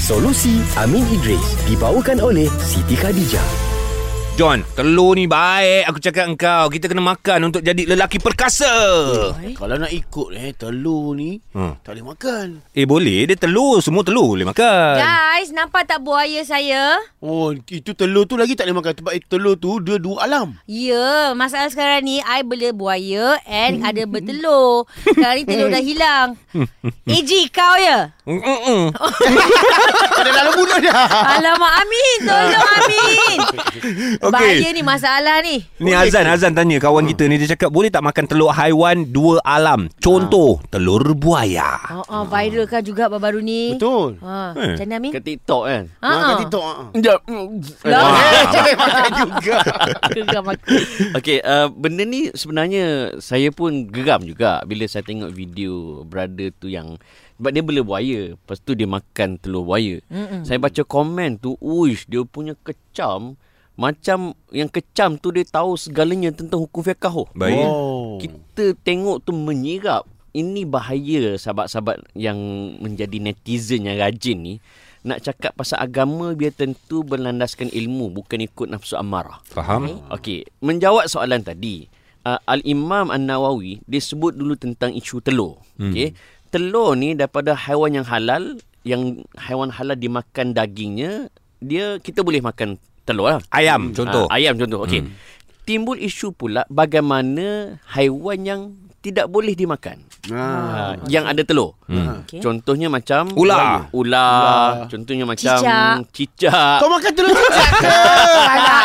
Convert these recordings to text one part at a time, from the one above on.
Solusi Amin Idris dibawakan oleh Siti Khadijah. John, telur ni baik aku cakap engkau. Kita kena makan untuk jadi lelaki perkasa. Kalau nak ikut eh telur ni Hmm. Ha. hmm. tak boleh makan. Eh boleh, dia telur, semua telur boleh makan. Guys, nampak tak buaya saya? Oh, itu telur tu lagi tak boleh makan sebab telur tu dia dua alam. Ya, yeah, masalah sekarang ni I bela buaya and ada bertelur. Sekarang ni telur dah hilang. Eji kau ya? Mm-mm. Tak ada dalam mulut dah. Alamak Amin, tolong Amin. Okey. Bahaya ni masalah ni. Ni Azan, Azan tanya kawan kita ni dia cakap boleh tak makan telur haiwan dua alam. Contoh, telur buaya. Oh, oh viral kan juga baru-baru ni. Betul. Ha, Ah. Eh. macam mana Amin? Kat TikTok kan Ha, Makan ha. TikTok. ah. Sekejap Lah. Eh, makan juga. Geram aku. Okay uh, Benda ni sebenarnya Saya pun geram juga Bila saya tengok video Brother tu yang Sebab dia bela buaya Lepas tu dia makan telur buaya Mm-mm. Saya baca komen tu Uish dia punya kecam Macam Yang kecam tu dia tahu segalanya Tentang hukum fiqah Baik. Oh. Kita tengok tu menyirap. Ini bahaya sahabat-sahabat yang menjadi netizen yang rajin ni. Nak cakap pasal agama biar tentu berlandaskan ilmu. Bukan ikut nafsu amarah. Faham? Okey, menjawab soalan tadi, uh, Al-Imam An-Nawawi dia sebut dulu tentang isu telur. Hmm. Okey. Telur ni daripada haiwan yang halal, yang haiwan halal dimakan dagingnya, dia kita boleh makan telur lah. Ayam Hmm, contoh. Ah, ayam contoh. Okey. Hmm. Timbul isu pula bagaimana haiwan yang tidak boleh dimakan. Ah. Ah, yang ada telur. Hmm. Okey. Contohnya macam Ular. Ular, ular. contohnya macam Cicak. cicak. Kau makan telur cicak ke? Alah.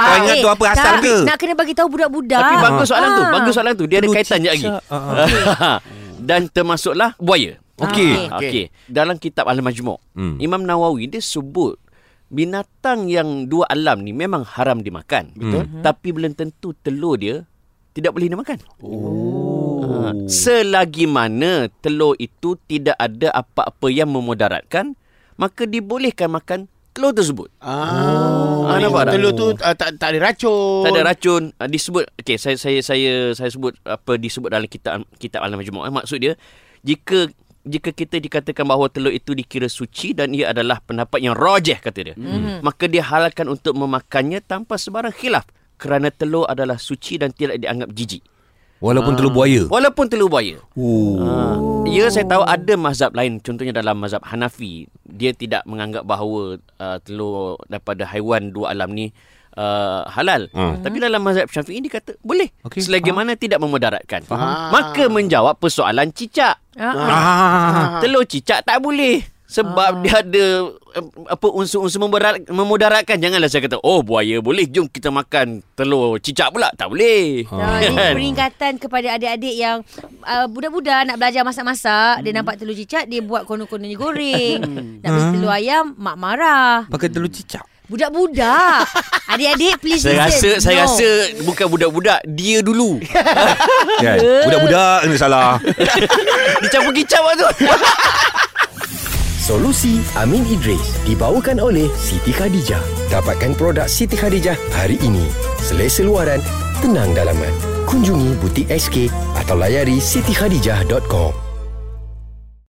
Kau ingat tu apa, asam tak, ke? Nak kena bagi tahu budak-budak. Tapi bagus soalan tu. Ah. Bagus soalan tu. Dia ada Telur kaitan je lagi. cicak. Ah, Dan termasuklah buaya. Okey. Ah, Okey. Dalam kitab Al-Majmu' Hmm. Imam Nawawi dia sebut binatang yang dua alam ni memang haram Hmm. dimakan. Betul. Tapi belum tentu telur dia tidak boleh dimakan. Oh. Selagi mana telur itu tidak ada apa-apa yang memudaratkan, maka dibolehkan makan telur tersebut. Ah. Ah, nampak tak? Telur tu ah, tak tak ada racun. Tak ada racun uh, disebut okey saya saya saya saya sebut apa disebut dalam kitab kitab Al-Majmu' eh, maksud dia jika jika kita dikatakan bahawa telur itu dikira suci dan ia adalah pendapat yang rajih kata dia mm-hmm. maka dia halalkan untuk memakannya tanpa sebarang khilaf kerana telur adalah suci dan tidak dianggap jijik Walaupun telur buaya. walaupun telur buaya Uh, ya saya tahu ada mazhab lain contohnya dalam mazhab Hanafi dia tidak menganggap bahawa uh, telur daripada haiwan dua alam ni uh, halal Hmm. tapi dalam mazhab Syafi'i dia kata boleh Okey, okay. selagi mana tidak memudaratkan Faham. maka menjawab persoalan cicak Ah, ah. Ah. telur cicak tak boleh sebab dia ada eh, apa unsur-unsur memudarat, memudaratkan janganlah saya kata oh buaya boleh jom kita makan telur cicak pula tak boleh Ah, ini Kan? peringatan kepada adik-adik yang uh, budak-budak nak belajar masak-masak, Hmm. dia nampak telur cicak, dia buat konon-kononnya goreng. nak beli telur ayam, mak marah. Pakai telur cicak. Budak-budak. adik-adik please Saya listen. rasa saya rasa bukan budak-budak dia dulu. Kan? Budak-budak ni salah. Dicampur-kicap waktu lah tu. Solusi Amin Idris dibawakan oleh Siti Khadijah. Dapatkan produk Siti Khadijah hari ini. Selesa luaran, tenang dalaman. Kunjungi butik SK atau layari sitikhadijah.com.